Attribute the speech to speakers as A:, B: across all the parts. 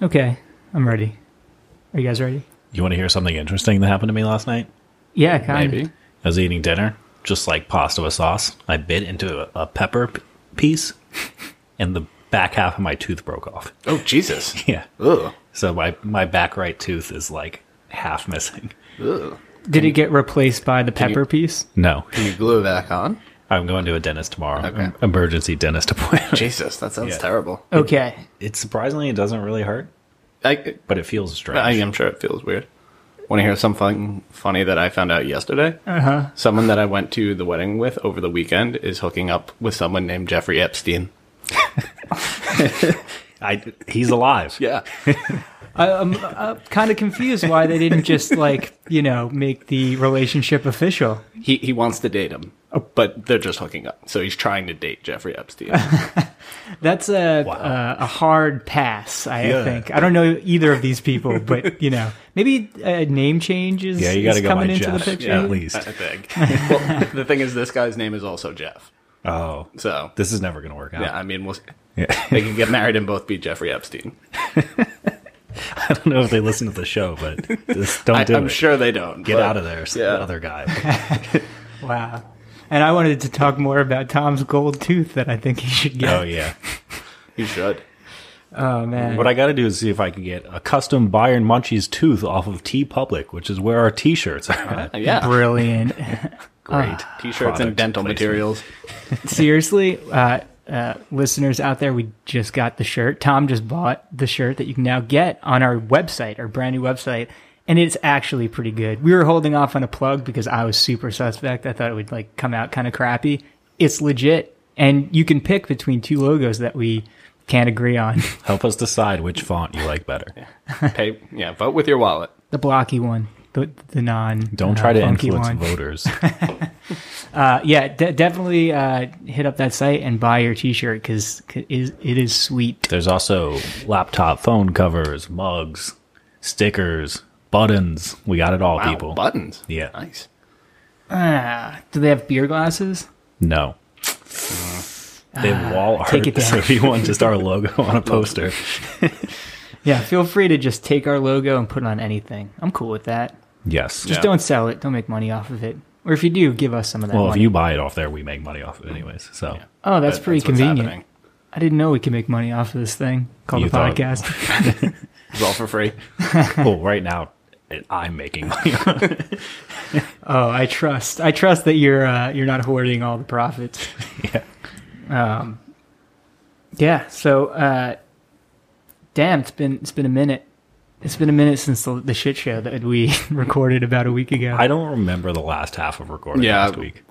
A: Okay, I'm ready. Are you guys ready?
B: You want to hear something interesting that happened to me last night?
A: Yeah, kind
C: Maybe.
A: of.
B: I was eating dinner, just like pasta with sauce. I bit into a, a pepper p- piece, and the back half of my tooth broke off.
C: Oh Jesus.
B: Yeah.
C: Ugh.
B: So my my back right tooth is like half missing.
C: Ugh.
A: Did it get replaced by the pepper piece?
B: No,
C: Can you glue it back on?
B: I'm going to a dentist tomorrow.
C: Okay.
B: em- Emergency dentist appointment.
C: Jesus, that sounds
B: Yeah.
C: terrible.
A: Okay.
B: It surprisingly it doesn't really hurt,
C: I,
B: but it feels strange.
C: I am sure it feels weird. Want to hear something funny that I found out yesterday? Uh
B: Uh-huh.
C: huh. Someone that I went to the wedding with over the weekend is hooking up with someone named Jeffrey Epstein.
B: I- he's alive.
C: Yeah.
A: I'm kind of confused why they didn't just like you know make the relationship official.
C: he he wants to date him,
B: Oh.
C: but they're just hooking up. So he's trying to date Jeffrey Epstein.
A: That's a
B: Wow.
A: uh, a hard pass, I
B: Yeah.
A: think. I don't know either of these people, but you know, maybe a name change is,
B: Yeah, you
A: is
B: gotta go
A: coming
B: by
A: into
B: Jeff.
A: the picture.
B: Yeah. At least.
C: I think. well, the thing is, this guy's name is also Jeff.
B: Oh,
C: So
B: this is never going to work out.
C: yeah, I mean, we'll, see.
B: Yeah.
C: they can get married and both be Jeffrey Epstein.
B: I don't know if they listen to the show, but just don't
C: I,
B: do
C: I'm
B: it.
C: sure they don't.
B: Get
C: but-
B: out of there, s-
C: Yeah.
B: other guy.
A: Wow. And I wanted to talk more about Tom's gold tooth that I think he should get.
B: oh yeah.
C: You should.
A: Oh, man.
B: What I got to do is see if I can get a custom Bayern Munchies tooth off of T Public, which is where our T-shirts are. at.
C: Yeah.
A: Brilliant.
B: Great
C: Oh, T-shirts
B: product
C: and dental
B: placement.
C: materials.
A: Seriously, uh, uh, listeners out there, we just got the shirt. Tom just bought the shirt that you can now get on our website, our brand new website, and it's actually pretty good. We were holding off on a plug because I was super suspect. I thought it would like come out kind of crappy. It's legit, and you can pick between two logos that we can't agree on.
B: Help us decide which font you like better.
C: Pay. Yeah. Vote with your wallet.
A: The blocky one, the the non.
B: Don't
A: uh,
B: try to
A: funky
B: influence
A: one.
B: voters.
A: Uh, yeah, de- definitely uh, hit up that site and buy your T-shirt because it is, it is sweet.
B: There's also laptop phone covers, mugs, stickers, buttons. We got it all,
C: Wow,
B: people.
C: buttons.
B: Yeah.
C: Nice.
A: Ah, do they have beer glasses?
B: no. They have wall art.
A: Uh, take it
B: So
A: down.
B: if you want just our logo on a poster,
A: Yeah, feel free to just take our logo and put it on anything. I'm cool with that.
B: yes.
A: Just
C: Yeah.
A: don't sell it. Don't make money off of it. Or if you do, give us some of that
B: Well, if
A: money.
B: you buy it off there, we make money off of it anyways. So
A: oh, that's
C: That-
A: pretty
C: what's
A: convenient.
C: happening.
A: I didn't know we could make money off of this thing called
B: You
A: a
B: thought-
A: podcast.
C: It's all for free.
B: well, right now it- I'm making money.
A: Oh, I trust. I trust that you're uh, you're not hoarding all the profits.
B: Yeah.
A: Um, yeah. So, uh, damn, it's been it's been a minute. It's been a minute since the, the shit show that we recorded about a week ago.
B: I don't remember the last half of recording
C: Yeah.
B: last week.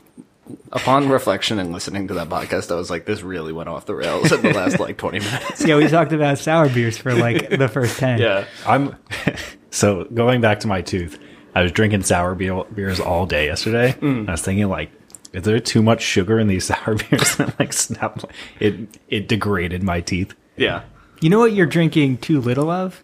C: Upon reflection and listening to that podcast, I was like, this really went off the rails in the last like 20 minutes.
A: yeah, we talked about sour beers for like the first ten.
C: Yeah.
B: I'm so going back to my tooth. I was drinking sour beer, beers all day yesterday. and I was thinking like, is there too much sugar in these sour beers? and like snapped. my- It it degraded my teeth.
C: Yeah.
A: You know what you're drinking too little of?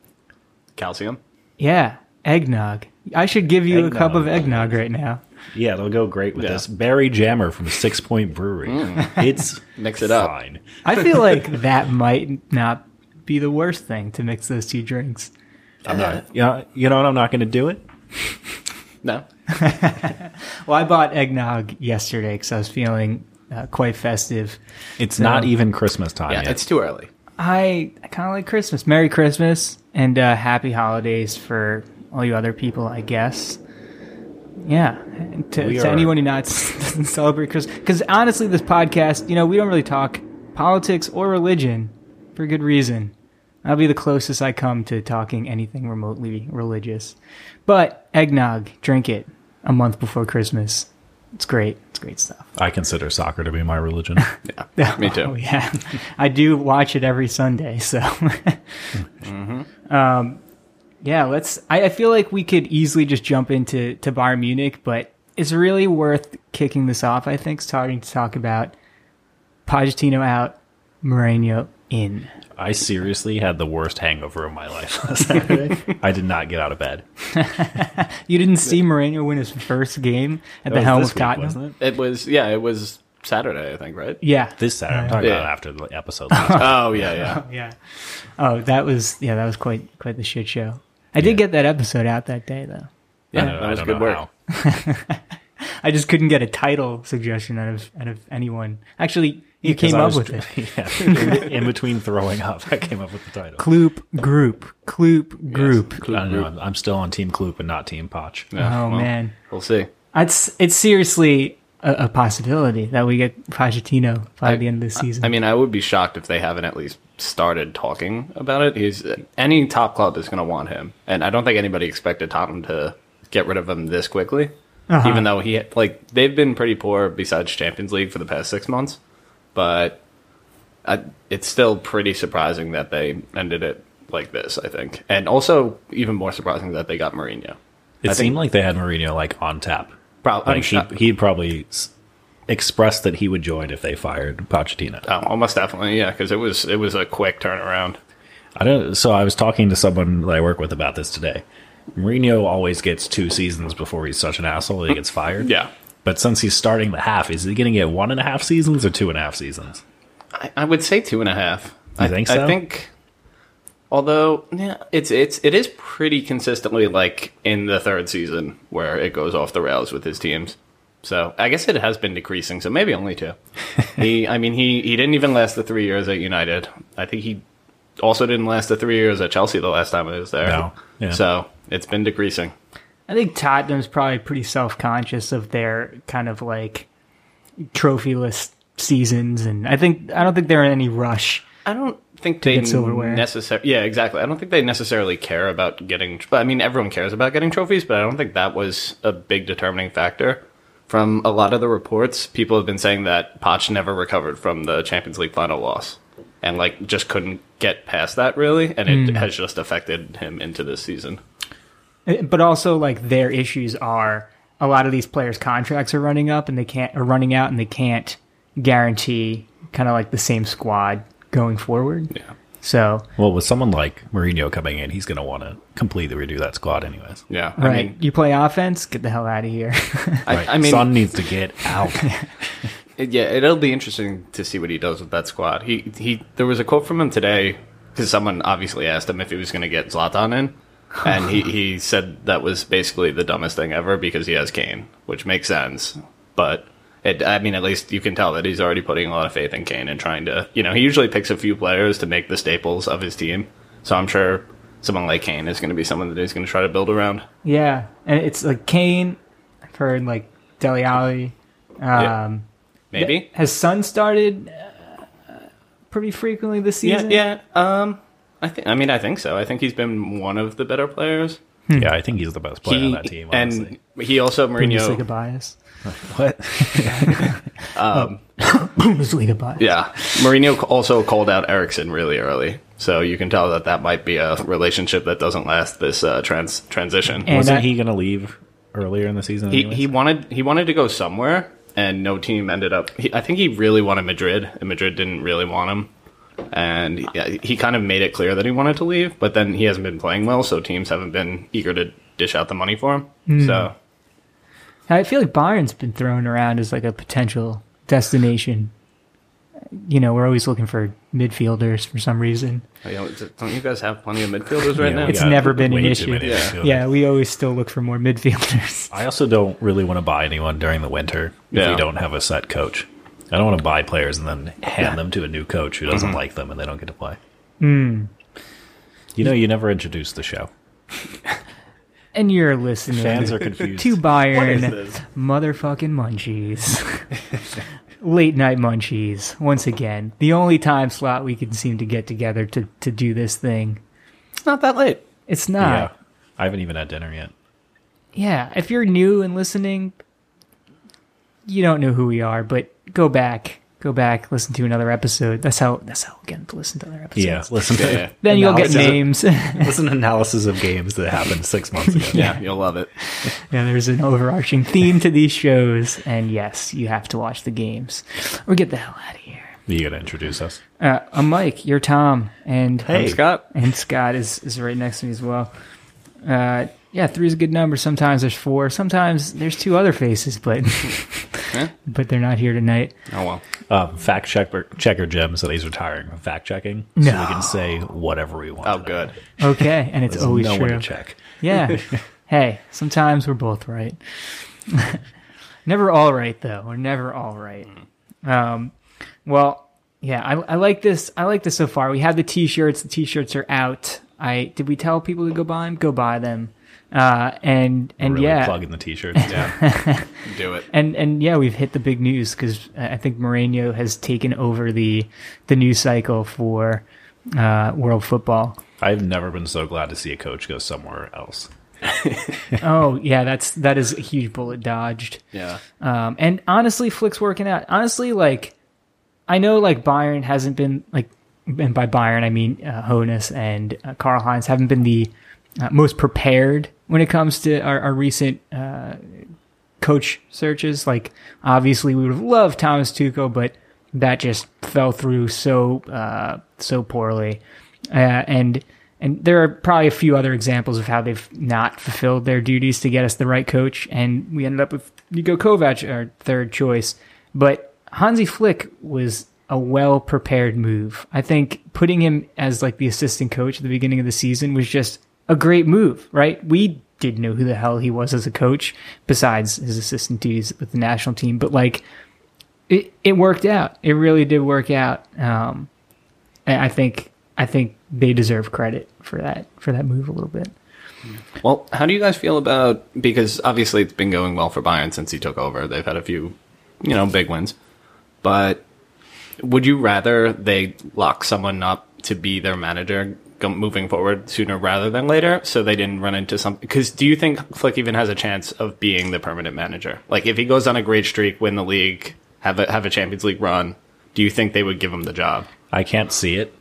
C: Calcium.
A: Yeah, eggnog. I should give you a cup of eggnog
B: Eggnog.
A: right now.
B: Yeah, Mm. it'll go great with
C: Yeah.
B: this Barry Jammer from Six Point Brewery. It's
C: Mix it up.
B: Fine.
A: I feel like that might not be the worst thing to mix those two drinks.
B: I'm not. Uh, You know, you know what? I'm not going to do it.
C: No.
A: Well, I bought eggnog yesterday because I was feeling uh, quite festive.
B: It's not even Christmas time
C: Yeah.
B: yet.
C: It's too early.
A: I, I kind of like Christmas. Merry Christmas and uh, happy holidays for all you other people, I guess. Yeah, and to,
B: We
A: to
B: are-
A: anyone who not doesn't celebrate Christmas, because honestly, this podcast, you know, we don't really talk politics or religion for good reason. I'll be the closest I come to talking anything remotely religious, but eggnog, drink it a month before Christmas. It's great. It's great stuff.
B: I consider soccer to be my religion.
C: Yeah. Me too.
A: Oh, yeah, I do watch it every Sunday. So, um,
B: Mm-hmm.
A: yeah, let's. I, I feel like we could easily just jump into to Bayern Munich, but it's really worth kicking this off. I think starting to talk about Pochettino out, Mourinho in.
B: I seriously had the worst hangover of my life last Saturday. I did not get out of bed.
A: You didn't see Mourinho win his first game at the
B: That was
A: helm
B: this
A: of
B: week,
A: Tottenham.
B: wasn't it?
C: It was, yeah, it was Saturday, I think, right?
A: Yeah.
B: This Saturday. I'm talking
C: Yeah.
B: about after the episode. last.
C: Oh yeah, yeah.
A: Yeah. Oh, that was yeah, that was quite quite the shit show. I did get that episode out that day though.
C: Yeah,
B: I don't-
C: that
B: I
C: was
B: don't know
C: good work.
B: how.
A: I just couldn't get a title suggestion out of out of anyone. Actually, you
B: Because
A: came
B: I
A: up with
B: was dr-
A: it.
B: Yeah. In between throwing up, I came up with the title.
A: Kloop group. Kloop group.
B: I don't know.
C: Oh,
B: I'm- I'm still on Team Kloop and not Team Potch.
C: Yeah,
A: Oh, man.
C: we'll see.
A: It's it's seriously a, a possibility that we get Pochettino by the end of the season.
C: I mean, I would be shocked if they haven't at least started talking about it. He's any top club is going to want him, and I don't think anybody expected Tottenham to get rid of him this quickly. Even though he like they've been pretty poor besides Champions League for the past six months, but I, it's still pretty surprising that they ended it like this. I think, and also even more surprising that they got Mourinho.
B: It
C: I think-
B: seemed like they had Mourinho like on tap.
C: Probably
B: Like he he'd probably s- expressed that he would join if they fired Pochettino.
C: Oh, almost definitely, yeah, because it was it was a quick turnaround.
B: I don't. So I was talking to someone that I work with about this today. Mourinho always gets two seasons before he's such an asshole that he gets fired.
C: Yeah.
B: But since he's starting the half, is he going to get one and a half seasons or two and a half seasons?
C: I, I would say two and a half.
B: You
C: I
B: think
C: I
B: so?
C: think, although yeah, it's it's it is pretty consistently like in the third season where it goes off the rails with his teams. So I guess it has been decreasing. So maybe only two. he, I mean, he he didn't even last the three years at United. I think he also didn't last the three years at Chelsea the last time I was there.
B: No. Yeah.
C: So it's been decreasing.
A: I think Tottenham's probably pretty self conscious of their kind of like trophyless seasons, and I think I don't think they're in any rush.
C: I don't think they
A: get silverware.
C: necessarily. Yeah, exactly. I don't think they necessarily care about getting. I mean, everyone cares about getting trophies, but I don't think that was a big determining factor. From a lot of the reports, people have been saying that Poch never recovered from the Champions League final loss, and like just couldn't get past that really, and
A: Hmm.
C: it has just affected him into this season.
A: Uh, But also, like their issues are a lot of these players' contracts are running up, and they can't are running out, and they can't guarantee kind of like the same squad going forward. Yeah. So
B: Well, with someone like Mourinho coming in, he's going to want to completely redo that squad, anyways.
C: Yeah, I
A: right,
C: mean,
A: you play offense, get the hell out of here.
C: I, I mean,
B: Son needs to get out.
C: It- Yeah, it'll be interesting to see what he does with that squad. He he. There was a quote from him today because someone obviously asked him if he was going to get Zlatan in, and he he said that was basically the dumbest thing ever because he has Kane, which makes sense. But it, I mean, at least you can tell that he's already putting a lot of faith in Kane and trying to. You know, he usually picks a few players to make the staples of his team, so I'm sure someone like Kane is going to be someone that he's going to try to build around.
A: yeah, and it's like Kane. I've heard like Deli Alley. Um,
C: Yeah. Maybe.
A: Has Sun started uh, pretty frequently this
C: yeah,
A: season?
C: yeah. Um, I think. I mean, I think so. I think he's been one of the better players.
B: yeah, I think he's the best player
C: he,
B: on that team.
C: and
B: honestly.
C: he also
A: Bundesliga
C: Mourinho.
A: bias.
B: what?
A: Bundesliga bias.
C: Yeah, Mourinho also called out Ericsson really early, so you can tell that that might be a relationship that doesn't last this uh, trans transition.
A: And
B: Wasn't
A: I-
B: he going to leave earlier in the season?
C: he,
B: anyways?
C: he wanted he wanted to go somewhere, and no team ended up. He, I think he really wanted Madrid, and Madrid didn't really want him. And yeah, he kind of made it clear that he wanted to leave, but then he hasn't been playing well, so teams haven't been eager to dish out the money for him.
A: Hmm.
C: So
A: I feel like Bayern's been thrown around as like a potential destination. You know, we're always looking for midfielders for some reason.
C: Oh, you know, don't you guys have plenty of midfielders right
B: Yeah,
C: now?
B: we
A: It's
B: got
A: never been an
B: way too
A: issue.
B: many
C: Yeah.
B: midfielders.
A: Yeah, we always still look for more midfielders.
B: I also don't really want to buy anyone during the winter if
C: Yeah.
B: we don't have a set coach. I don't want to buy players and then hand them to a new coach who doesn't like them and they don't get to play.
A: Hmm.
B: You know, you never introduced the show.
A: And you're listening
B: Fans are confused.
A: to
C: What
A: Bayern
C: is this?
A: motherfucking munchies. Late night munchies. Once again, the only time slot we can seem to get together to, to do this thing.
C: It's not that late.
A: It's
B: yeah,
A: not.
B: I haven't even had dinner yet.
A: yeah if you're new and listening you don't know who we are but go back go back listen to another episode that's how that's how we get to listen to other episodes
B: Yeah, listen to
C: Yeah.
A: then you'll get names
B: Analysis.
A: yeah
B: listen to analysis of games that happened six months ago.
C: Yeah, you'll love it.
A: there's an overarching theme to these shows and yes you have to watch the games or get the hell out of here
B: You got to introduce us.
A: uh, i'm mike you're tom and
B: Hey.
C: Scott.
A: and Scott is, is right next to me as well. Uh, yeah, three is a good number. Sometimes there's four. Sometimes there's two other faces, but but they're not here tonight.
C: Oh well.
B: Um, fact checker, checker Jim said he's retiring from fact checking, so we
A: No.
B: can say whatever we want.
C: Oh,
B: today.
C: good.
A: Okay, and it's
B: There's
A: always
B: no
A: true.
B: one to check.
A: Yeah. hey, sometimes we're both right. never all right though. We're never all right.
B: Mm.
A: Um, well, yeah, I, I like this. I like this so far. We have the t-shirts. The t-shirts are out. I did we tell people to go buy them? Go buy them. Uh, and and
B: Really
A: yeah,
B: plugging the t-shirts.
C: Yeah. Do it.
A: and and yeah, we've hit the big news because I think Mourinho has taken over the the news cycle for uh, world football.
B: I've never been so glad to see a coach go somewhere else.
A: oh yeah, that's that is a huge bullet dodged.
C: Yeah.
A: Um, and honestly, Flick's working out. Honestly, like I know, like Byron hasn't been like, and by Byron I mean uh, Honus and uh, Carl Heinz haven't been the uh, most prepared when it comes to our, our recent uh, coach searches. Like obviously, we would have loved Thomas Tuchel, but that just fell through so uh, so poorly. Uh, and and there are probably a few other examples of how they've not fulfilled their duties to get us the right coach, and we ended up with Niko Kovac our third choice. But Hansi Flick was a well prepared move. I think putting him as like the assistant coach at the beginning of the season was just a great move, right? We didn't know who the hell he was as a coach, besides his assistant duties with the national team. But like, it it worked out. It really did work out. Um, and I think I think they deserve credit for that for that move a little bit.
C: Well, how do you guys feel about because obviously it's been going well for Bayern since he took over. They've had a few, you know, big wins. But would you rather they lock someone up to be their manager go- moving forward sooner rather than later so they didn't run into something because do you think Flick even has a chance of being the permanent manager? Like if he goes on a great streak, win the league, have a have a Champions League run, do you think they would give him the job?
B: I can't see it.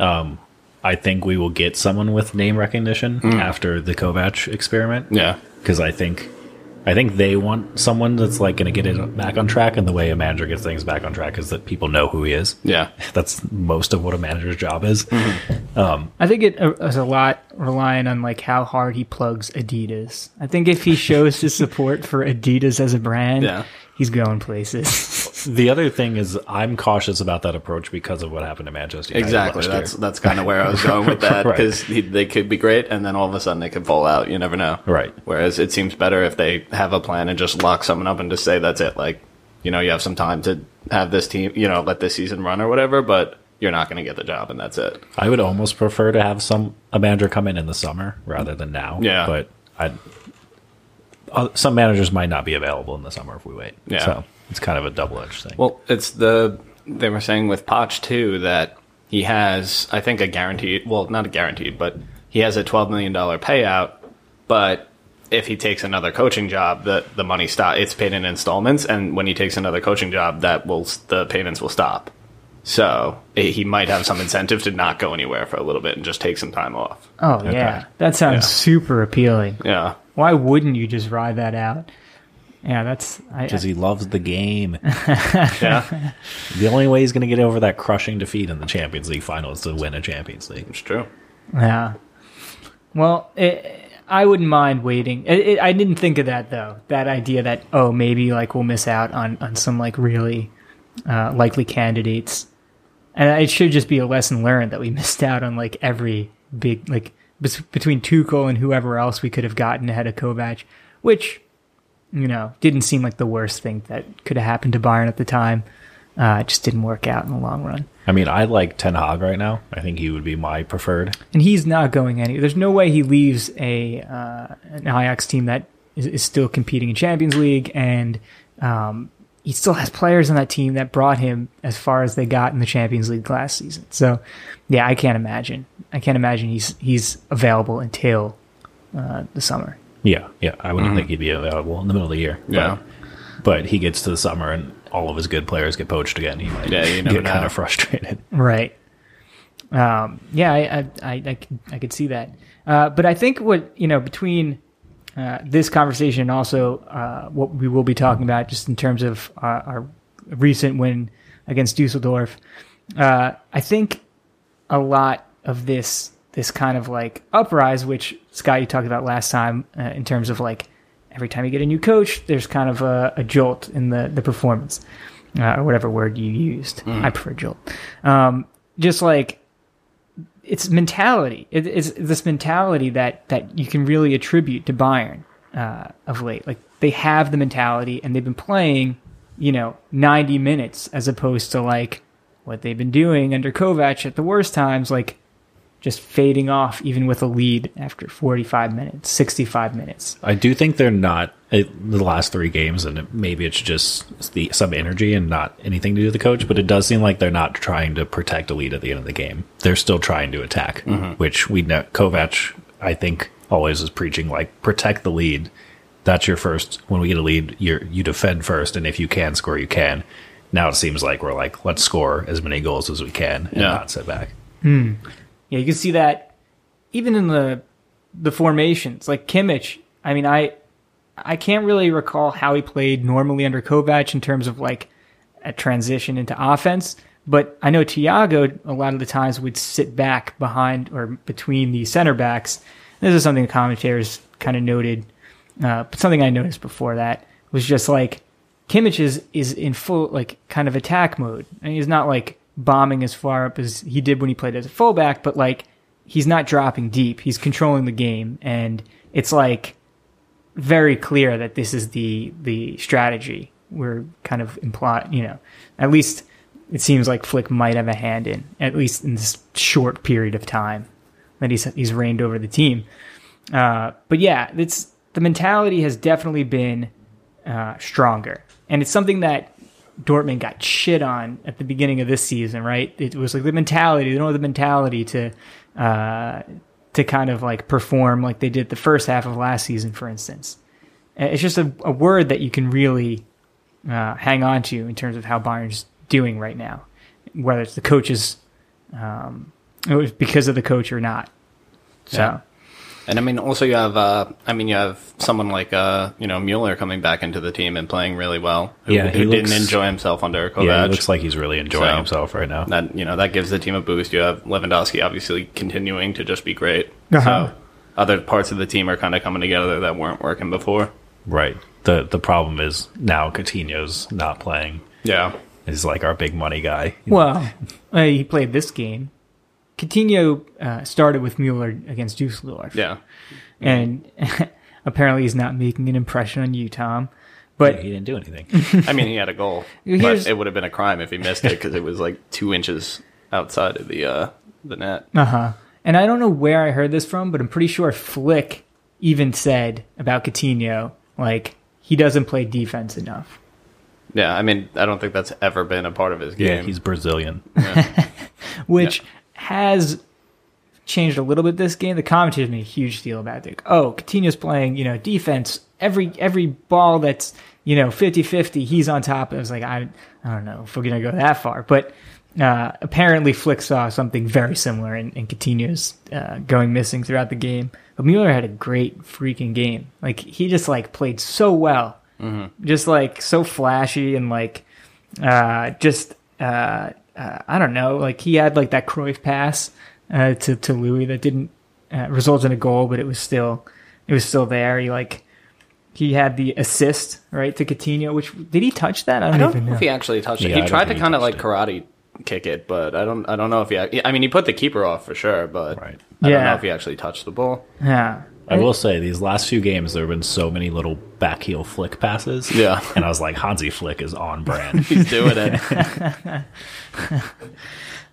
B: Um, I think we will get someone with name recognition after the Kovac experiment.
C: Hmm. Yeah.
B: because I think I think they want someone that's like going to get it back on track, and the way a manager gets things back on track is that people know who he is.
C: Yeah. Hmm.
B: That's most of what a manager's job is.
A: I think it uh, is a lot reliant on like how hard he plugs Adidas. I think if he shows his support for Adidas as a brand,
C: Yeah.
A: he's going places.
B: The other thing is, I'm cautious about that approach because of what happened to Manchester. United
C: Exactly.
B: last
C: That's
B: year.
C: that's kind of where I was going with that
B: Right.
C: because they could be great, and then all of a sudden they could fall out. You never know.
B: Right.
C: Whereas it seems better if they have a plan and just lock someone up and just say that's it. Like, you know, you have some time to have this team. You know, let this season run or whatever, but you're not going to get the job, and that's it.
B: I would almost prefer to have some a manager come in in the summer rather than now.
C: Yeah.
B: but I uh, some managers might not be available in the summer if we wait.
C: Yeah.
B: so it's kind of a double edged thing.
C: Well, it's the they were saying with Poch too that he has, I think, a guaranteed. Well, not a guaranteed, but he has a twelve million dollar payout. But if he takes another coaching job, the the money stop. It's paid in installments, and when he takes another coaching job, that will the payments will stop. So eh, he might have some incentive to not go anywhere for a little bit and just take some time off.
A: Oh yeah, that sounds
C: Yeah.
A: super appealing.
C: Yeah,
A: Why wouldn't you just ride that out? Yeah, that's I,
B: because he loves the game.
C: yeah,
B: The only way he's going to get over that crushing defeat in the Champions League final is to win a Champions League.
C: it's true.
A: Yeah. Well, it, I wouldn't mind waiting. It, it, I didn't think of that though. That idea that oh maybe like we'll miss out on on some like really uh, likely candidates, and it should just be a lesson learned that we missed out on like every big like bes- between Tuchel and whoever else we could have gotten ahead of Kovac, which you know didn't seem like the worst thing that could have happened to Bayern at the time. Uh, it just didn't work out in the long run.
B: I mean, I like Ten Hag right now. I think he would be my preferred.
A: and he's not going any. There's no way he leaves a uh, an Ajax team that is, is still competing in Champions League, and um, he still has players on that team that brought him as far as they got in the Champions League last season. So, yeah, I can't imagine. I can't imagine he's he's available until uh, the summer.
B: Yeah, yeah. I
C: Mm-hmm.
B: wouldn't think he'd be available in the middle of the year.
C: Yeah.
B: But, but he gets to the summer and all of his good players get poached again. He might
C: Yeah, you never
B: get kind
C: know.
B: of frustrated.
A: Right. Um, yeah, I, I, I, I, could, I could see that. Uh, but I think what, you know, between uh, this conversation and also uh, what we will be talking about just in terms of uh, our recent win against Dusseldorf, uh, I think a lot of this this kind of like uprise, which Scott you talked about last time uh, in terms of like every time you get a new coach, there's kind of a, a jolt in the the performance, uh, or whatever word you used. I prefer jolt. Um, just like it's mentality. It, it's this mentality that that you can really attribute to Bayern uh, of late. Like they have the mentality, and they've been playing, you know, ninety minutes as opposed to like what they've been doing under Kovac at the worst times, like just fading off even with a lead after 45 minutes, 65 minutes.
B: I do think they're not it, the last three games, and it, maybe it's just the some energy and not anything to do with the coach. But it does seem like they're not trying to protect a lead at the end of the game. They're still trying to attack,
C: Mm-hmm.
B: which we know Kovac, I think, always is preaching like protect the lead. That's your first. When we get a lead, you you defend first, and if you can score, you can. Now it seems like we're like let's score as many goals as we can and
C: Yeah.
B: not sit back.
A: Yeah, you can see that even in the the formations, like Kimmich. I mean, I I can't really recall how he played normally under Kovac in terms of like a transition into offense. But I know Tiago a lot of the times would sit back behind or between the center backs. This is something the commentators kind of noted, uh, but something I noticed before that was just like Kimmich is, is in full like kind of attack mode, and he's not like bombing as far up as he did when he played as a fullback, but like he's not dropping deep. He's controlling the game, and it's like very clear that this is the the strategy we're kind of imply you know at least it seems like flick might have a hand in at least in this short period of time that he's he's reigned over the team uh, but yeah it's the mentality has definitely been uh, stronger and it's something that Dortmund got shit on at the beginning of this season, right? It was like the mentality. They don't have the mentality to uh, to kind of like perform like they did the first half of last season, for instance. Uh, It's just a, a word that you can really uh, hang on to in terms of how Bayern's doing right now, whether it's the coach's um, it was because of the coach or not. So
C: Yeah. And I mean, also you have, uh, I mean, you have someone like, uh, you know, Mueller coming back into the team and playing really well. Who,
B: Yeah, he
C: who
B: looks-
C: didn't enjoy himself under Kovac.
B: Yeah, it looks like he's really enjoying
C: So-
B: himself right now.
C: that you know that gives the team a boost. You have Lewandowski obviously continuing to just be great.
A: Uh-huh.
C: So other parts of the team are kind of coming together that weren't working before.
B: Right. The the problem is now Coutinho's not playing.
C: Yeah,
B: He's like our big money guy.
A: Well, uh, he played this game. Coutinho uh, started with Mueller against Dusseldorf.
C: yeah.
A: and apparently he's not making an impression on you, Tom. But
B: he didn't do anything.
C: I mean, he had a goal,
A: Here's-
C: but it would have been a crime if he missed it because it was like two inches outside of the uh, the net.
A: uh huh. And I don't know where I heard this from, but I'm pretty sure Flick even said about Coutinho like he doesn't play defense enough.
C: Yeah, I mean, I don't think that's ever been a part of his
B: yeah,
C: game.
B: he's Brazilian.
A: which has changed a little bit this game. The commentators made a huge deal about it. Like, oh, Coutinho's playing, you know, defense. Every every ball that's, you know, 50-50, he's on top. I was like, I, I don't know if we're going to go that far. But uh, apparently Flick saw something very similar in, in Coutinho's uh, going missing throughout the game. But Mueller had a great freaking game. Like, he just, like, played so well. Just, like, so flashy and, like, uh, just uh, uh, I don't know, like he had like that Cruyff pass uh, to to Louis that didn't uh, result in a goal, but it was still it was still there. He like he had the assist right to Coutinho, which did he touch that? I don't,
C: I don't
A: even
C: know
A: know.
C: if he actually touched
B: Yeah, I
C: it. He
B: don't
C: tried to
B: think he
C: kind of like
B: touched
C: karate kick it, but I don't. I don't know if he. ac- I mean, he put the keeper off for sure, but
B: Right.
C: I
A: Yeah.
C: don't know if he actually touched the ball.
A: yeah,
B: I will say these last few games there have been so many little back heel flick passes.
C: Yeah.
B: And I was like, Hansi Flick is on brand.
C: He's doing it.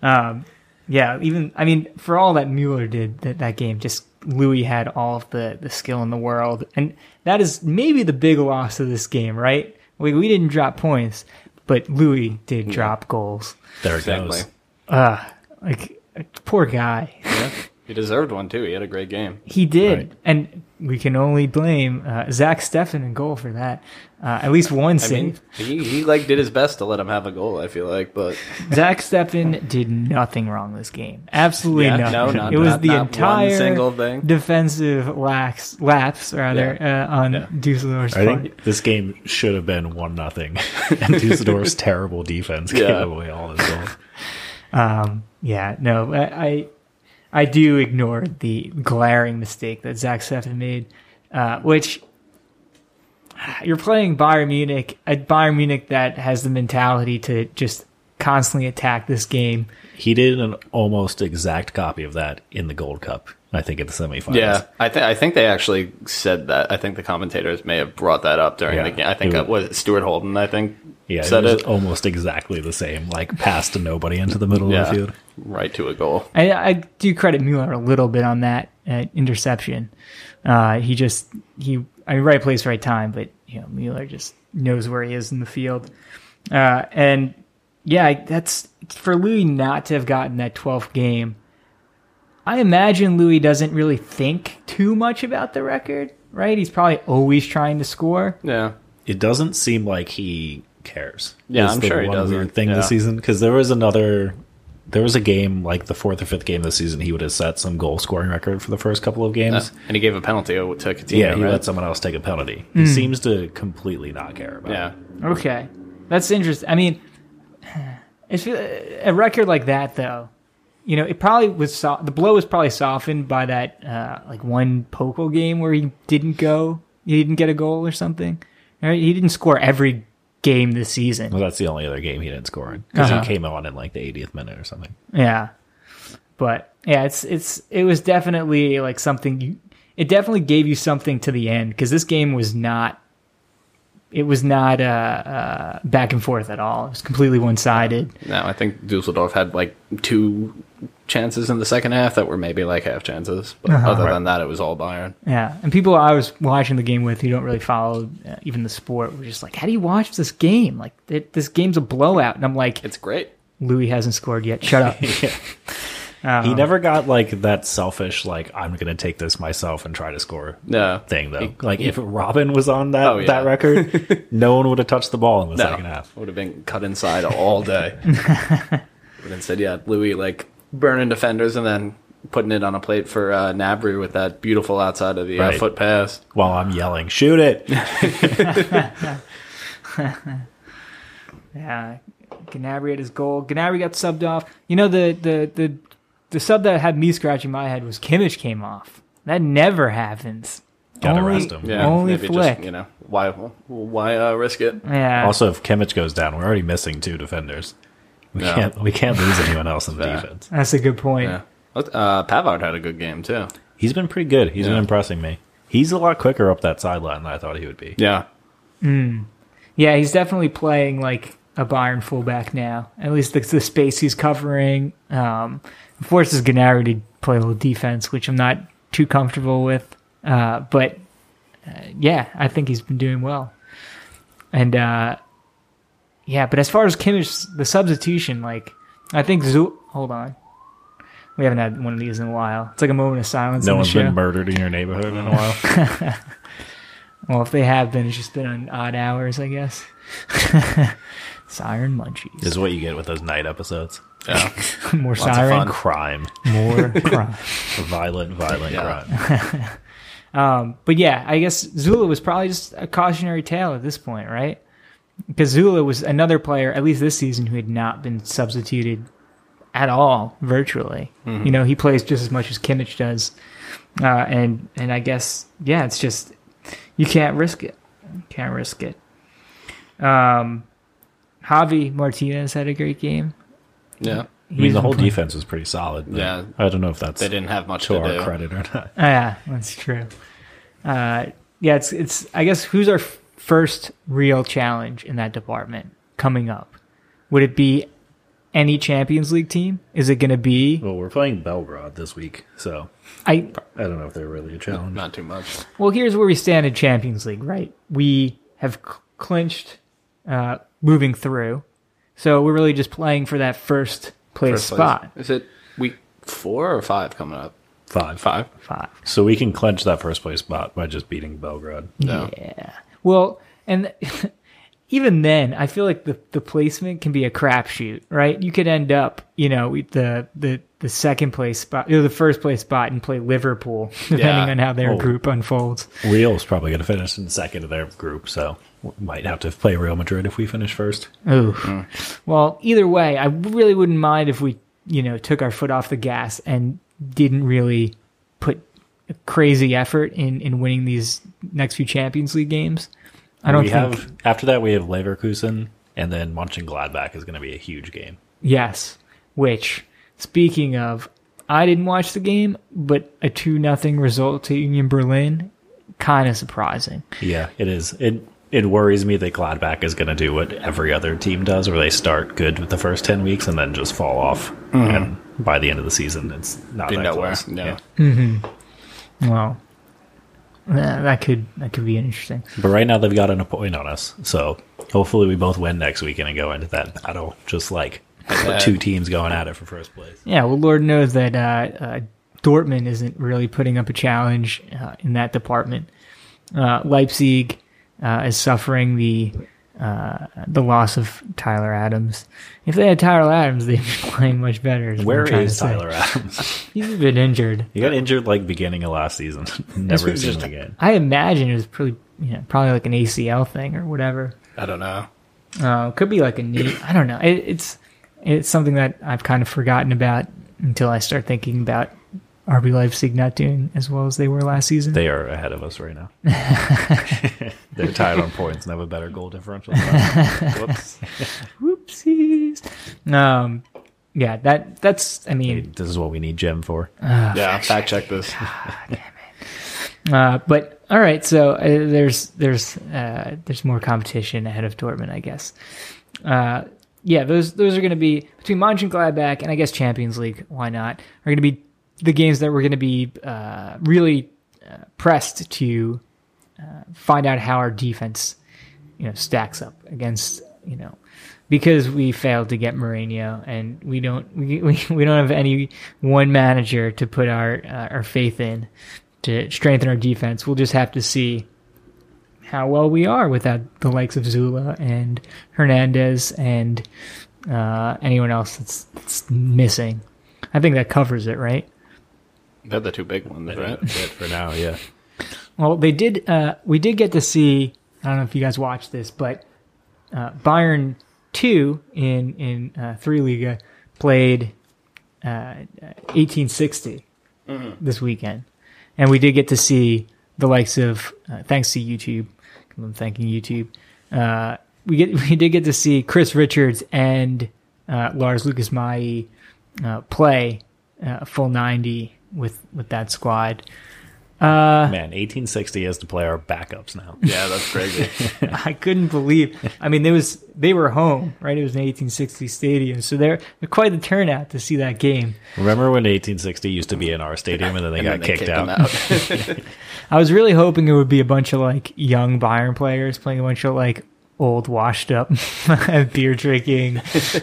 A: yeah. Even I mean, for all that Mueller did that that game, just Louis had all of the the skill in the world, and that is maybe the big loss of this game, right? We we didn't drop points, but Louis did drop goals.
B: There it
C: Exactly.
B: goes.
A: Like poor guy.
C: He deserved one too. He had a great game.
A: He did,
B: Right.
A: and we can only blame uh, Zach Steffen and goal for that. Uh, at least one
C: I mean,
A: save.
C: he, he like did his best to let him have a goal. I feel like, but
A: Zach Steffen did nothing wrong this game. Absolutely
C: Yeah,
A: nothing.
C: no, not-
A: it was
C: not-
A: the
C: not one
A: entire
C: single thing.
A: defensive lax, lapse, rather, uh, on
B: Yeah.
A: Dusseldorf's
B: I
A: part.
B: think this game should have been one nothing. and Dusseldorf's terrible defense
C: Yeah.
B: gave away all his goals.
A: Um, yeah, no, I, I I do ignore the glaring mistake that Zach Steffen made, uh, which you're playing Bayern Munich, a Bayern Munich that has the mentality to just constantly attack this game.
B: He did an almost exact copy of that in the Gold Cup, I think, at the semifinals.
C: Yeah, I think I think they actually said that. I think the commentators may have brought that up during
B: Yeah.
C: the game. I think
B: It
C: it was Stuart Holden. I think
B: Yeah, it
C: said
B: was
C: it.
B: almost exactly the same. Like pass to nobody into the middle of
C: Yeah,
B: the field.
C: right to a goal.
A: I, I do credit Mueller a little bit on that uh, interception. Uh, he just he I mean, right place, right time, but you know Mueller just knows where he is in the field. Uh, and yeah, that's for Louis not to have gotten that twelfth game. I imagine Louis doesn't really think too much about the record, right? He's probably always trying to score.
C: Yeah,
B: It doesn't seem like he cares.
C: Yeah,
B: is
C: I'm
B: the
C: sure he
B: one
C: doesn't.
B: Weird thing
C: Yeah.
B: this season because there was another. There was a game like the fourth or fifth game this season. He would have set some goal scoring record for the first couple of games.
C: and he gave a penalty to Coutinho.
B: yeah, he
C: right?
B: let someone else take a penalty. He seems to completely not care about.
C: yeah.
B: it.
A: Okay, that's interesting. I mean, it's a record like that, though. You know, it probably was so- the blow was probably softened by that uh, like one Pokal game where he didn't go, he didn't get a goal or something. Right? He didn't score every game this season.
B: Well, that's the only other game he didn't score in because
A: Uh-huh.
B: he came on in like the 80th minute or something.
A: Yeah, but yeah, it's it's it was definitely like something you. It definitely gave you something to the end because this game was not. It was not uh, uh, back and forth at all. It was completely one sided.
C: No, I think Dusseldorf had like two chances in the second half that were maybe like half chances, but
A: Uh-huh.
C: other than that, it was all Bayern.
A: Yeah, and people I was watching the game with who don't really follow uh, even the sport were just like, "How do you watch this game? Like th- this game's a blowout." And I'm like,
C: It's great.
A: "Louis hasn't scored yet. Shut up."
B: He never got like that selfish, like I'm going to take this myself and try to score
C: No,
B: thing though. like if Robin was on that
C: Oh, yeah.
B: that record, no one would have touched the ball in the
C: no,
B: second half.
C: would have been cut inside all day. but instead, yeah, Louis like burning defenders and then putting it on a plate for uh, Nabry with that beautiful outside of the uh,
B: Right.
C: foot pass.
B: While I'm yelling, shoot it.
A: yeah, Gnabry had his goal. Gnabry got subbed off. You know the the the the sub that had me scratching my head was Kimmich came off. That never happens.
B: Gotta
A: Only-
B: rest him.
C: Yeah,
A: Only
C: maybe
A: Flick.
C: just you know why why uh, risk it?
A: Yeah.
B: Also, if Kimmich goes down, we're already missing two defenders. We
C: Yeah.
B: can't we can't lose anyone else in
C: Yeah.
B: defense.
A: that's a good point.
C: Yeah. Uh, Pavard had a good game too.
B: He's been pretty good. He's
C: Yeah.
B: been impressing me. He's a lot quicker up that sideline than I thought he would be.
C: Yeah,
A: Yeah, he's definitely playing like a Bayern fullback now. At least the, the space he's covering um, forces Gennaro to play a little defense, which I'm not too comfortable with. Uh, but uh, yeah, I think he's been doing well. And uh, yeah, but as far as Kimmich, the substitution, like I think Zul. Hold on, we haven't had one of these in a while. It's like a moment of silence.
B: No
A: on the
B: one's
A: show.
B: been murdered in your neighborhood in a while.
A: Well, if they have been, it's just been on odd hours, I guess. siren munchies.
B: is what you get with those night episodes.
C: yeah.
A: more
C: of
A: siren,
C: fun.
B: Crime,
A: more crime.
B: violent, violent
C: Yeah.
B: crime.
A: Um, but yeah, I guess Zula was probably just a cautionary tale at this point, right? Because Zula was another player, at least this season, who had not been substituted at all, virtually.
C: Mm-hmm.
A: You know, he plays just as much as Kimmich does, uh, and and I guess yeah, it's just you can't risk it, You can't risk it. Um, Javi Martinez had a great game.
C: yeah.
B: I mean,
A: He's
B: the
A: been
B: whole
A: playing-
B: defense was pretty solid. but
C: Yeah.
B: I don't know if that's
C: They didn't have much
B: to
C: to,
B: our
C: do.
B: credit or not.
A: Oh, yeah, that's true. Uh, yeah, it's it's. I guess who's our f- first real challenge in that department coming up? Would it be any Champions League team? Is it going to be?
B: Well, we're playing Belgrade this week, so
A: I
B: I don't know if they're really a challenge.
C: Not too much.
A: well, here's where we stand in Champions League. Right, we have cl- clinched uh, moving through, so we're really just playing for that first place
C: First place.
A: spot.
C: Is it week four or five coming up?
B: Five.
C: Five.
A: Five.
B: So we can clinch that first place spot by just beating Belgrade.
C: No.
A: Yeah. Well, and even then, I feel like the the placement can be a crapshoot, right? You could end up, you know, with the the the second place spot, you know, the first place spot, and play Liverpool, depending
C: Yeah.
A: on how their
B: Oh.
A: group unfolds.
B: Real's probably going to finish in second of their group, so we might have to play Real Madrid if we finish first.
A: Ooh.
B: Hmm.
A: Well, either way, I really wouldn't mind if we, you know, took our foot off the gas and didn't really put a crazy effort in in winning these next few Champions League games. I don't
B: we
A: think.
B: have after that we have Leverkusen and then Mönchengladbach is going to be a huge game.
A: Yes. Which, speaking of, I didn't watch the game, but a 2 nothing result to Union Berlin, kind of surprising.
B: Yeah, it is. It it worries me that Gladbach is going to do what every other team does, where they start good with the first ten weeks and then just fall off. And by the end of the season, it's not
C: Mm-hmm. Be
B: that
C: nowhere.
B: close.
C: No.
B: Yeah.
A: Well, that that could that could be interesting.
B: But right now they've got an point on us, so hopefully we both win next weekend and go into that battle just like the two teams going at it for first place.
A: Yeah, well, Lord knows that uh, uh, Dortmund isn't really putting up a challenge uh, in that department. Uh, Leipzig uh, is suffering the uh, the loss of Tyler Adams. If they had Tyler Adams, they'd be playing much better. is what I'm
B: Where
A: trying
B: is
A: to say.
B: Tyler Adams?
A: He's been injured.
B: he got injured like beginning of last season.
C: what
B: Never
C: it's
B: seen him
C: just-
B: again.
A: I imagine it was pretty, you know, probably like an ACL thing or whatever.
C: I don't know.
A: Uh, could be like a knee. I don't know. It, it's it's something that I've kind of forgotten about until I start thinking about RB Leipzig not doing as well as they were last season.
B: They are ahead of us right now. They're tied on points and have a better goal differential. Whoops.
A: Whoopsies. Um, yeah, that that's. I mean,
B: This is what we need Gem for.
C: yeah, fact check this.
A: uh, but all right. So uh, there's there's uh, there's more competition ahead of Dortmund, I guess. Uh, yeah, those those are going to be between Mönchengladbach and I guess Champions League. Why not? Are going to be the games that we're going to be uh, really uh, pressed to uh, find out how our defense, you know, stacks up against you know. Because we failed to get Mourinho, and we don't we, we, we don't have any one manager to put our uh, our faith in to strengthen our defense. We'll just have to see how well we are without the likes of Zula and Hernandez and uh, anyone else that's, that's missing. I think that covers it, right?
C: They're the two big ones, right?
B: That's it for now, yeah.
A: Well, they did. Uh, we did get to see. I don't know if you guys watched this, but uh, Bayern two in in uh, three Liga played uh, eighteen this weekend, and we did get to see the likes of uh, thanks to YouTube. I'm thanking YouTube. Uh, we get we did get to see Chris Richards and uh, Lars Lucas Mai uh, play uh, full ninety with with that squad. Uh.
B: Man, 1860 has to play our backups now.
C: Yeah, that's crazy.
A: I couldn't believe. I mean, there was they were home, right? It was an 1860 stadium, so they're they're quite the turnout to see that game.
B: Remember when 1860 used to be in our stadium and then they got
C: And they
B: kicked,
C: kicked
B: out?
C: them out.
A: I was really hoping it would be a bunch of like young Bayern players playing a bunch of like old, washed up, beer drinking,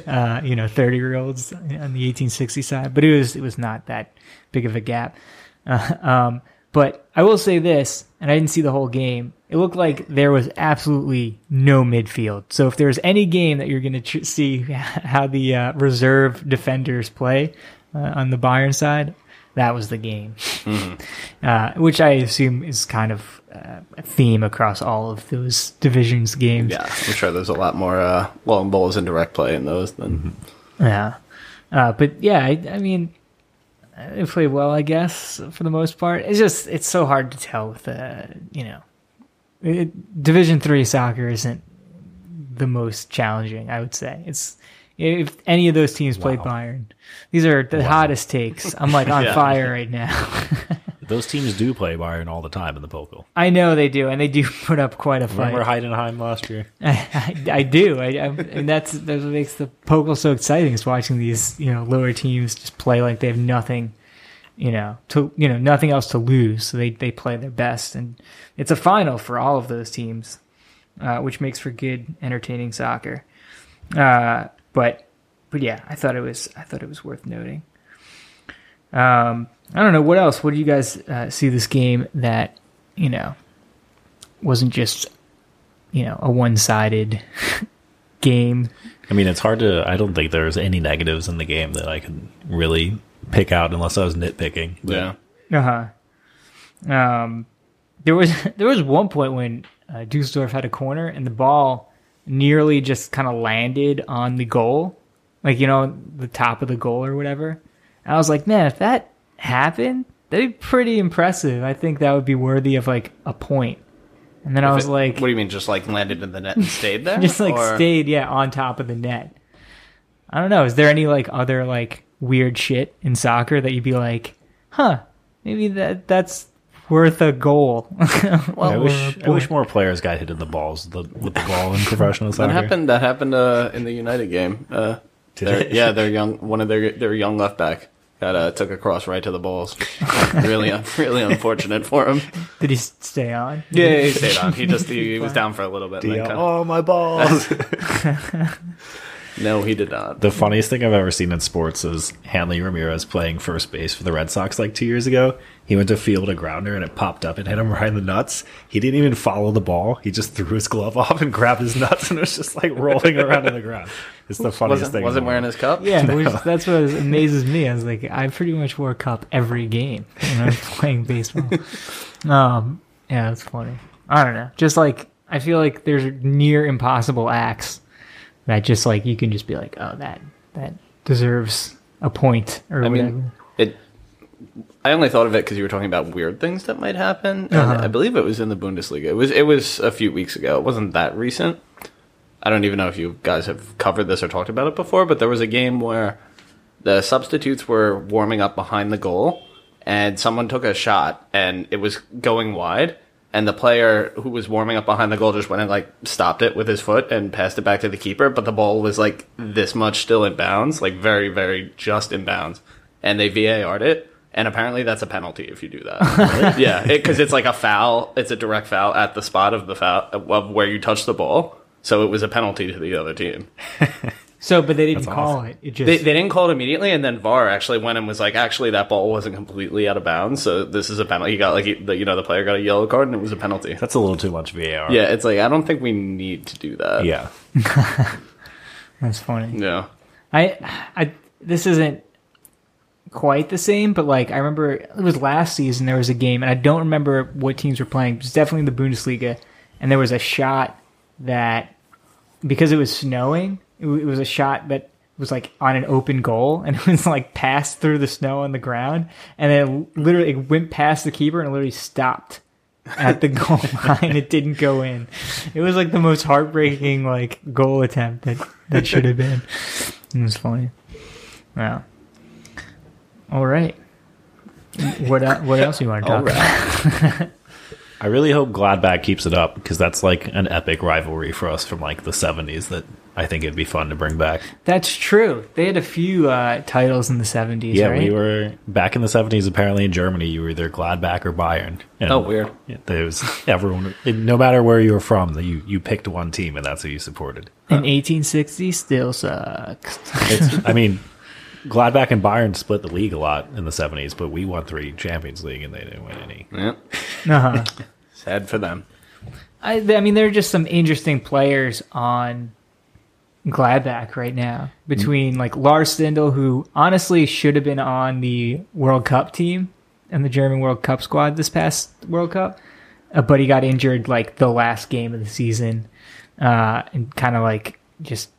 A: uh, you know, 30 year olds on the 1860 side, but it was it was not that big of a gap. Uh, um, but I will say this, and I didn't see the whole game. It looked like there was absolutely no midfield. So if there's any game that you're going to tr- see how the uh, reserve defenders play uh, on the Bayern side, that was the game, uh, which I assume is kind of uh, a theme across all of those divisions games.
C: yeah, I'm sure there's a lot more uh, long balls and direct play in those than.
A: Yeah. Uh, but yeah, I, I mean, uh, they played well, I guess, for the most part. It's just, it's so hard to tell with, uh, you know, it, Division three soccer isn't the most challenging, I would say. It's, if any of those teams played
B: Wow.
A: Bayern, these are the hottest takes. I'm like on
C: Yeah.
A: fire right now.
B: Those teams do play Bayern all the time in the Pokal.
A: I know they do, and they do put up quite a fight.
B: Remember Heidenheim last year?
A: I, I do. I, I and that's that's what makes the Pokal so exciting is watching these you know lower teams just play like they have nothing, you know, to you know nothing else to lose. So they they play their best, and it's a final for all of those teams, uh, which makes for good, entertaining soccer. Uh, but but yeah, I thought it was I thought it was worth noting. Um, I don't know what else. What do you guys uh, see this game that you know wasn't just you know a one-sided game
B: I mean, it's hard to. I don't think there's any negatives in the game that I can really pick out unless I was nitpicking. But
C: Yeah.
A: uh-huh um there was there was one point when uh, Dusseldorf had a corner and the ball nearly just kind of landed on the goal like you know the top of the goal or whatever and i was like man if that happened that'd be pretty impressive i think that would be worthy of like a point And then I was like,
C: what do you mean? Just like landed in the net and stayed there?
A: just like
C: Or-
A: stayed, yeah, on top of the net. I don't know. Is there any like other like weird shit in soccer that you'd be like, huh, maybe that that's worth a goal? well,
B: I wish I wish more players got hit in the balls with the, with the ball in professional
C: That
B: soccer.
C: happened. That happened uh, in the United game. Uh,
B: Did
C: their-
B: it?
C: yeah, their young one of their their young left back got uh, took a cross right to the balls. really, un- really unfortunate for him.
A: Did he s- stay on?
C: Yeah, he stayed on. He just he was down for a little bit. and then
B: Yeah.
C: kinda-
B: Oh my balls!
C: No, he did not.
B: the funniest thing I've ever seen in sports is Hanley Ramirez playing first base for the Red Sox like two years ago. He went to field a grounder and it popped up and hit him right in the nuts. He didn't even follow the ball. He just threw his glove off and grabbed his nuts and it was just like rolling around in the ground. It's the funniest
C: Wasn't,
B: thing.
C: wasn't
B: in the
C: wearing his cup.
A: Yeah, which, that's what amazes me. I was like, I pretty much wore a cup every game when I was playing baseball. Um, yeah, that's funny. I don't know. Just like I feel like there's near impossible acts that just like you can just be like, oh, that that deserves a point or
C: I
A: whatever.
C: mean, it. I only thought of it because you were talking about weird things that might happen. And
B: Uh-huh.
C: I believe it was in the Bundesliga. It was it was a few weeks ago. It wasn't that recent. I don't even know if you guys have covered this or talked about it before, but there was a game where the substitutes were warming up behind the goal, and someone took a shot, and it was going wide. And the player who was warming up behind the goal just went and like stopped it with his foot and passed it back to the keeper, but the ball was like this much still in bounds, like very, very just in bounds. And they VAR'd it, and apparently that's a penalty if you do that. yeah, because it's like a foul. It's a direct foul at the spot of the foul of where you touch the ball. So it was a penalty to the other team.
A: so, but they didn't
B: that's
A: call
B: awesome.
A: it. It just
C: They, they didn't call it immediately, and then VAR actually went and was like, actually, that ball wasn't completely out of bounds, so this is a penalty. He got like, he- the, you know, the player got a yellow card, and it was a penalty.
B: That's a little too much VAR.
C: Yeah, it's like I don't think we need to do that.
B: Yeah.
A: that's funny.
C: yeah.
A: I, I, this isn't quite the same, but like I remember it was last season there was a game, and I don't remember what teams were playing. It was definitely the Bundesliga, and there was a shot that because it was snowing, it, w- it was a shot that was like on an open goal, and it was like passed through the snow on the ground, and then it literally it went past the keeper and it literally stopped at the goal line. It didn't go in. It was like the most heartbreaking like goal attempt that that should have been. It was funny. Wow. All right. What el- what else you want to talk about?
B: I really hope Gladbach keeps it up because that's like an epic rivalry for us from like the 70s that I think it'd be fun to bring back.
A: That's true. They had a few uh, titles in the seventies.
B: Yeah,
A: right?
B: we were back in the 70s apparently in Germany you were either Gladbach or Bayern. And
C: Oh, weird.
B: There was everyone it- no matter where you were from, you you picked one team and that's who you supported.
A: in eighteen sixty. Still sucks.
B: It's, I mean, Gladbach and Bayern split the league a lot in the 70s, but we won 3 Champions League and they didn't win any.
C: Yeah.
A: uh
C: Sad for them.
A: I, I mean, there are just some interesting players on Gladbach right now. Between like Lars Stindl, who honestly should have been on the World Cup team and the German World Cup squad this past World Cup, uh, but he got injured like the last game of the season, uh, and kind of like just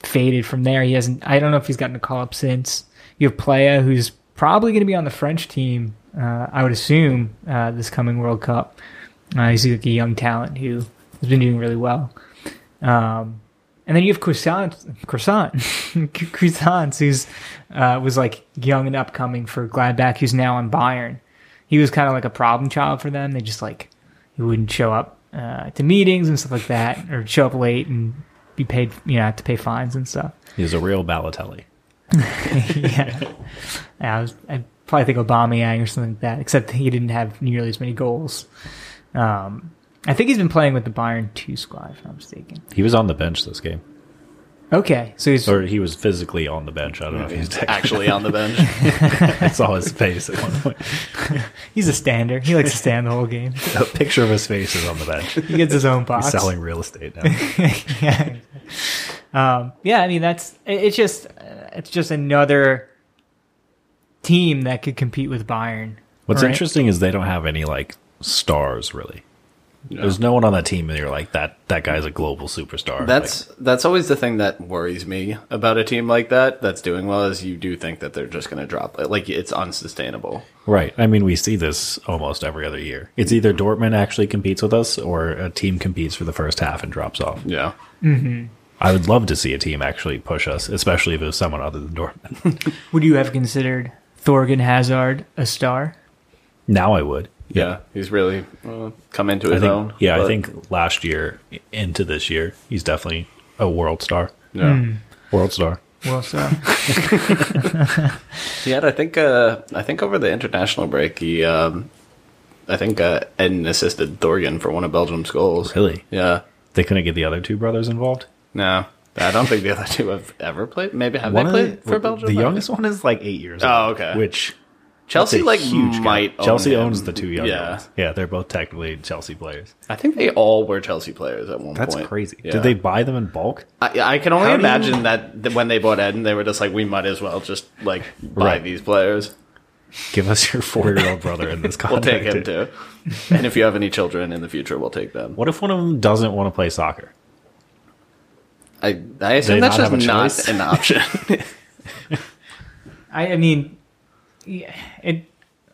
A: faded from there. He hasn't. I don't know if he's gotten a call up since. You have Playa, who's probably going to be on the French team. Uh, I would assume uh, this coming World Cup. Uh, he's like a young talent who has been doing really well. Um, and then you have Croissant, Croissant, Croissant, who's uh, was like young and upcoming for Gladbach, who's now on Bayern. He was kind of like a problem child for them. They just like he wouldn't show up uh, to meetings and stuff like that, or show up late and be paid, you know, have to pay fines and stuff.
B: He was a real Balotelli.
A: yeah. yeah I, was, I probably think Aubameyang or something like that, except he didn't have nearly as many goals. Um, I think he's been playing with the Bayern 2 squad, if I'm not mistaken.
B: He was on the bench this game.
A: Okay, so he's...
B: Or he was physically on the bench. I don't know if he's actually
C: Actually on the bench.
B: I saw his face at one point.
A: He's a stander. He likes to stand the whole game.
B: A picture of his face is on the bench.
A: He gets his own
B: He's
A: box.
B: selling real estate now.
A: yeah. Um, yeah, I mean that's it- it's just uh, it's just another team that could compete with Bayern.
B: What's
A: right?
B: interesting is they don't have any like stars really. There's no one on that team that you're like that. That guy's a global superstar.
C: That's that's always the thing that worries me about a team like that that's doing well is you do think that they're just going to drop it. Like it's unsustainable.
B: Like, right. I mean, we see this almost every other year. It's either Dortmund actually competes with us, or a team competes for the first half and drops off.
C: Yeah.
B: I would love to see a team actually push us, especially if it was someone other than Dortmund.
A: Would you have considered Thorgan Hazard a star?
B: now I would.
C: Yeah. He's really uh, come into
B: I
C: his
B: think.
C: own.
B: yeah, I
C: but-
B: think last year into this year, he's definitely a world star.
C: Yeah.
B: Hmm. World star.
A: Well, so
C: He had, I think, uh, I think over the international break, he, um, I think, uh, Eden assisted Thorgan for one of Belgium's goals.
B: Really?
C: Yeah.
B: They couldn't get the other two brothers involved.
C: No, I don't think the other two have ever played. Maybe have
B: One
C: they
B: of
C: played
B: the,
C: for Belgium?
B: The youngest one is like eight years.
C: Oh,
B: old,
C: okay.
B: Which
C: Chelsea,
B: It's a
C: like
B: huge gap.
C: might own
B: Chelsea
C: him.
B: owns the two young
C: Yeah.
B: ones. Yeah, they're both technically Chelsea players.
C: I think they all were Chelsea players at one
B: That's
C: point.
B: crazy.
C: Yeah.
B: Did they buy them in bulk?
C: I, I can only
B: How do you-
C: imagine that th- when they bought Eden, they were just like, we might as well just like buy
B: Right.
C: these players.
B: Give us your four-year-old brother in this
C: We'll
B: contract.
C: take him too. and if you have any children in the future, we'll take them.
B: What if one of them doesn't want to play soccer?
C: I, I assume
B: They
C: that's
B: not have
C: just
B: a
C: not
B: choice?
C: an option.
A: I, I mean, yeah, it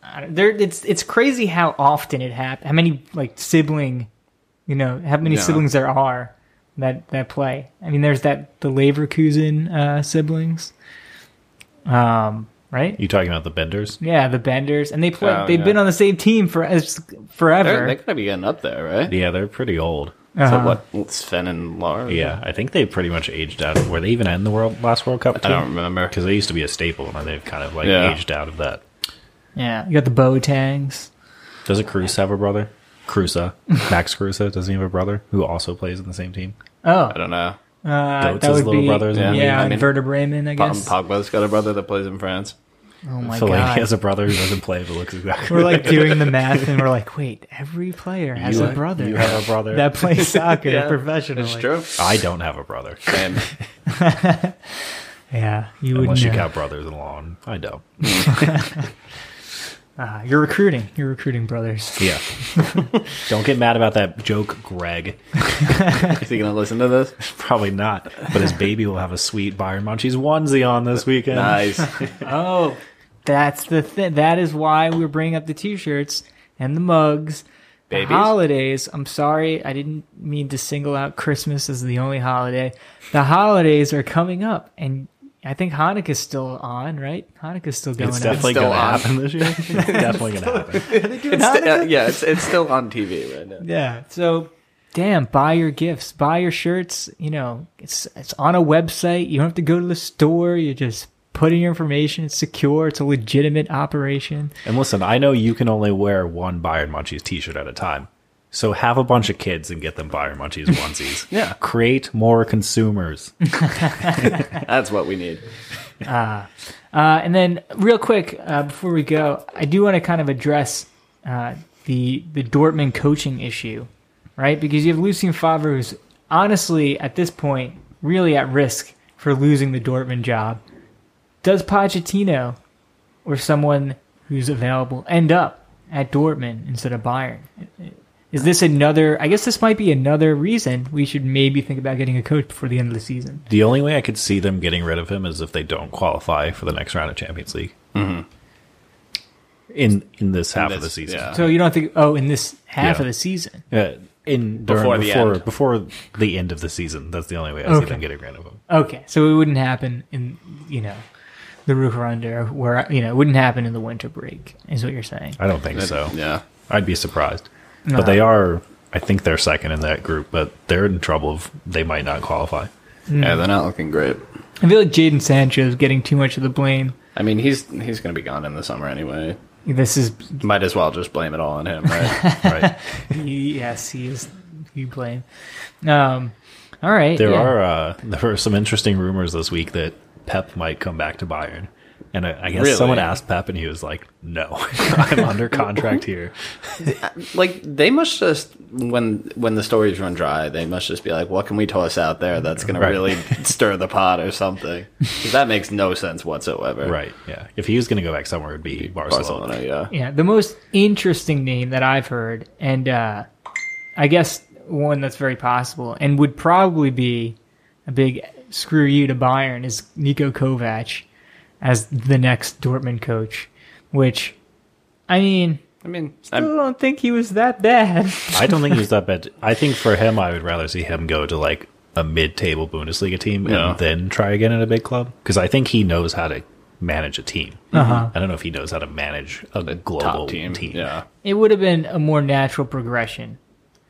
A: I don't- there it's it's crazy how often it happens. How many like sibling, you know, how many
C: Yeah.
A: siblings there are that that play. I mean, there's that the Leverkusen uh, siblings, um, right?
B: You talking about the Benders?
A: Yeah, the Benders, and they play.
C: Oh,
A: they've
C: yeah.
A: been on the same team for it's forever.
C: They're, they gotta be getting up there, right?
B: Yeah, they're pretty old.
A: Uh-huh.
C: So what? Sven and Lars.
B: Yeah, I think they pretty much aged out. Were they even in the world last World Cup?
C: I don't remember.
B: because they used to be a staple, and they've kind of like
C: Yeah.
B: aged out of that.
A: Yeah, you got the Botangs.
B: Doesn't Cruz have a brother? Cruza, Max Cruza, doesn't he have a brother who also plays in the same team?
A: Oh,
C: I don't know.
A: uh,
B: Goats
A: that
B: as
A: would
B: little
A: be
B: brothers
A: yeah,
B: in
C: the league. I
A: yeah
C: mean,
A: Werder Bremen, I
C: Pa-
A: guess.
C: Pogba's got a brother that plays in France.
A: oh
B: I
A: my
B: feel like he
A: god,
B: has a brother who doesn't play but looks exactly.
A: we're like doing the math, and we're like, wait, every player has
B: You
A: a
B: have-
A: brother
B: You have a brother.
A: that plays soccer
C: Yeah,
A: professionally.
C: It's true.
B: I don't have a brother.
C: And
A: Yeah, you would
B: Unless you
A: know.
B: count brothers in law, and I don't.
A: Ah, you're recruiting. You're recruiting brothers.
B: Yeah. don't get mad about that joke, Greg.
C: is he gonna listen to this?
B: Probably not. But his baby will have a sweet Byron Munchies onesie on this weekend.
C: Nice.
A: Oh, that's the thing. That is why we're bringing up the t-shirts and the mugs. The
C: Babies?
A: holidays. I'm sorry, I didn't mean to single out Christmas as the only holiday. The holidays are coming up, and I think Hanukkah's still on, right? Hanukkah's still going.
B: It's
A: on.
B: definitely
C: still
B: going to
C: on.
B: happen this year. It's definitely going to happen.
C: It's sti- uh, yeah, it's, it's still on TV right now.
A: Yeah. So, damn, buy your gifts, buy your shirts. You know, it's it's on a website. You don't have to go to the store. You just put in your information. It's secure. It's a legitimate operation.
B: And listen, I know you can only wear one Bayern Munchies t-shirt at a time. So have a bunch of kids and get them Bayern Munchies onesies.
C: Yeah.
B: Create more consumers.
C: That's what we need.
A: Uh, and then, real quick, uh, before we go, I do want to kind of address uh, the the Dortmund coaching issue, right? Because you have Lucien Favre, who's honestly at this point really at risk for losing the Dortmund job. Does Pochettino or someone who's available end up at Dortmund instead of Bayern? Is this another? I guess this might be another reason we should maybe think about getting a coach before the end of the season.
B: The only way I could see them getting rid of him is if they don't qualify for the next round of Champions League. In in this half of
C: Mm-hmm. this-
B: the season.
C: yeah.
A: So you don't think? Oh, in this half
B: Yeah.
A: of the season.
B: Uh, in during,
C: Before
B: before,
C: the
B: before,
C: end.
B: the end of the season. That's the only way I see
A: Okay.
B: them getting rid of him.
A: Okay, so it wouldn't happen in you know the Rukarunder, where you know it wouldn't happen in the winter break, is what you're saying.
B: I don't think so.
C: Yeah.
B: I'd be surprised.
A: No.
B: But they are I think they're second in that group, but they're in trouble of they might not qualify. Hmm.
C: Yeah, they're not looking great.
A: I feel like Jaden Sancho is getting too much of the blame.
C: I mean, he's he's gonna be gone in the summer anyway.
A: This is
C: Might as well just blame it all on him, right?
B: Right.
A: he, yes, he is you blame. Um, all right,
B: There
A: yeah.
B: are uh, there were some interesting rumors this week that Pep might come back to Bayern, and I, I guess
C: Really?
B: someone asked Pep, and he was like, "No, I'm under contract here."
C: like they must just when when the stories run dry, they must just be like, what can we toss out there that's gonna
B: Right.
C: really stir the pot or something? 'Cause that makes no sense whatsoever.
B: Right? Yeah. If he was going to go back somewhere, it'd be Barcelona.
C: Barcelona, yeah.
A: Yeah, the most interesting name that I've heard, and uh, I guess one that's very possible and would probably be a big screw you to Bayern is Niko Kovac as the next Dortmund coach, which I mean,
C: I mean,
A: I
C: I'm,
A: don't think he was that bad.
B: I don't think he's that bad. I think for him, I would rather see him go to like a mid-table Bundesliga team
C: Yeah.
B: and then try again at a big club because I think he knows how to manage a team. Uh-huh. I don't know if he knows how to manage a global
C: top team.
B: team.
C: Yeah,
A: it would have been a more natural progression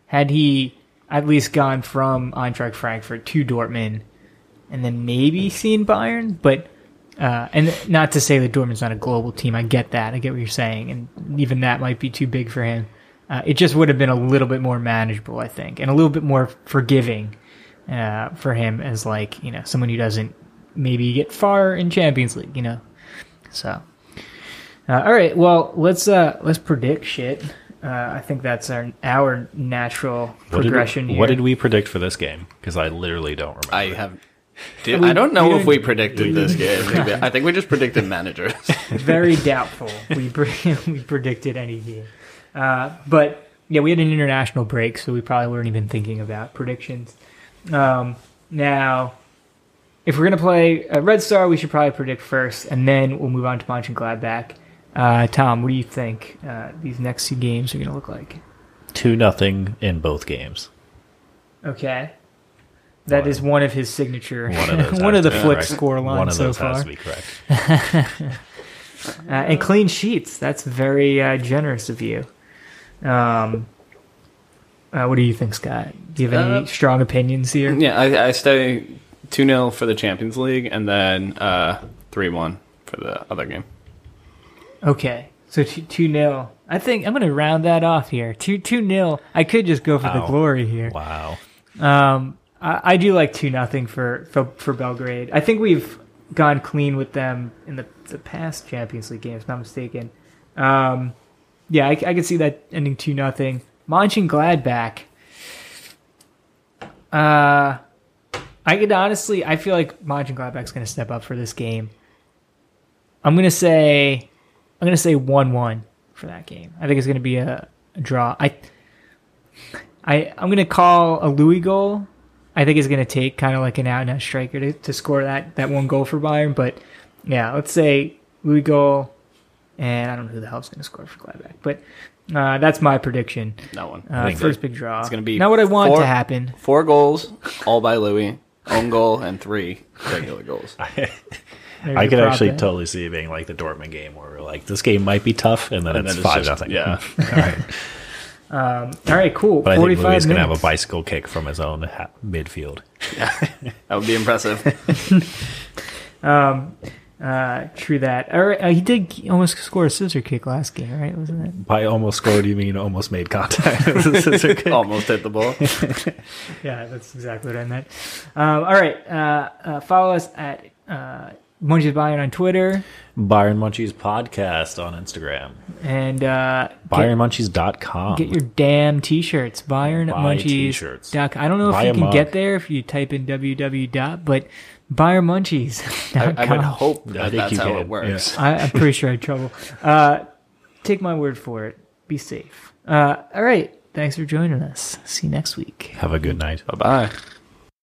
A: had he at least gone from Eintracht Frankfurt to Dortmund and then maybe seen Bayern. But uh, and not to say that Dortmund's not a global team. I get that. I get what you're saying, and even that might be too big for him. Uh, it just would have been a little bit more manageable, I think, and a little bit more forgiving uh, for him as like you know someone who doesn't maybe get far in Champions League, you know. So uh, all right, well let's uh let's predict shit. Uh, I think that's our our natural
B: What did,
A: progression
B: we,
A: here.
B: what did we predict for this game? Because I literally don't remember.
C: I have. Did, I don't know if we predicted this game. I think we just predicted managers.
A: very doubtful we pre- we predicted any game. Uh, but yeah, we had an international break, so we probably weren't even thinking about predictions. Um, now, if we're gonna play uh, Red Star, we should probably predict first, and then we'll move on to Munch and Gladbach. Uh, Tom, what do you think uh, these next two games are gonna look like?
B: two nothing in both games.
A: Okay. that is
B: One.
A: one of his signature,
B: One of those.
A: one
B: has
A: of the
B: to be
A: flick
B: correct.
A: score
B: One
A: lines
B: of
A: so
B: those
A: far.
B: has to be correct.
A: uh, and clean sheets. That's very uh, generous of you. Um, uh, what do you think, Scott? Do you have any
C: Uh,
A: strong opinions here?
C: yeah, I, I stay two 0 for the Champions League, and then uh, three one for the other game.
A: Okay, so two, two nil. I think I'm going to round that off here. Two two nil. I could just go for the
B: Wow.
A: glory here.
B: Wow.
A: Um, I, I do like two nothing for, for for Belgrade. I think we've gone clean with them in the, the past Champions League game, if not mistaken. Um, yeah, I, I could see that ending two nothing. Monchengladbach. Gladback. Uh, I could honestly, I feel like Monchengladbach's Gladback's going to step up for this game. I'm going to say, I'm going to say one one for that game. I think it's going to be a, a draw. I I I'm gonna call a Louis goal. I think it's gonna take kind of like an out and out striker to, to score that that one goal for Bayern. But yeah, let's say Louis goal, and I don't know who the hell's gonna score for Gladbach, but uh, that's my prediction.
C: That one.
A: Uh,
B: think
A: first
B: that
A: big draw. It's
C: gonna be
A: not what I want
C: four-
A: to happen.
C: Four goals, all by Louis. Own goal and three regular goals.
A: There's
B: I
A: your
B: could
A: prop
B: actually
A: bet.
B: totally see it being like the Dortmund game where we're like, this game might be tough, and then
C: And
B: it's
C: then it's
B: five
C: just-
B: nothing.
C: yeah.
B: All right.
A: All right, cool.
B: But I
A: Forty
B: think Louis
A: five
B: going to have a
A: minutes.
B: bicycle kick from his own ha- midfield.
C: That would be impressive.
A: uh, true that. All right, uh, he did almost score a scissor kick last game, right? Wasn't it?
B: By almost scored, you mean almost made contact. This is a good-
C: Almost hit the ball.
A: yeah, that's exactly what I meant. Um, all right, uh, uh, follow us at uh, Munchies Bayern on Twitter
B: Byron Munchies podcast on Instagram.
A: and uh, get,
B: ByronMunchies.com.
A: get your damn t-shirts. Bayern at
B: Buy
A: Munchies.
B: t-shirts.
A: Doc, I don't know
B: Buy
A: if you
B: a
A: can
B: mug.
A: get there if you type in www dot, but Bayern Munchies.
C: I, I would hope
B: I
C: that
B: think
C: that's
B: you
C: how
B: can,
C: it works.
A: I, I'm pretty sure I had trouble. Uh, take my word for it. Be safe. Uh, all right. Thanks for joining us. See you next week.
B: Have a good night.
C: Bye bye.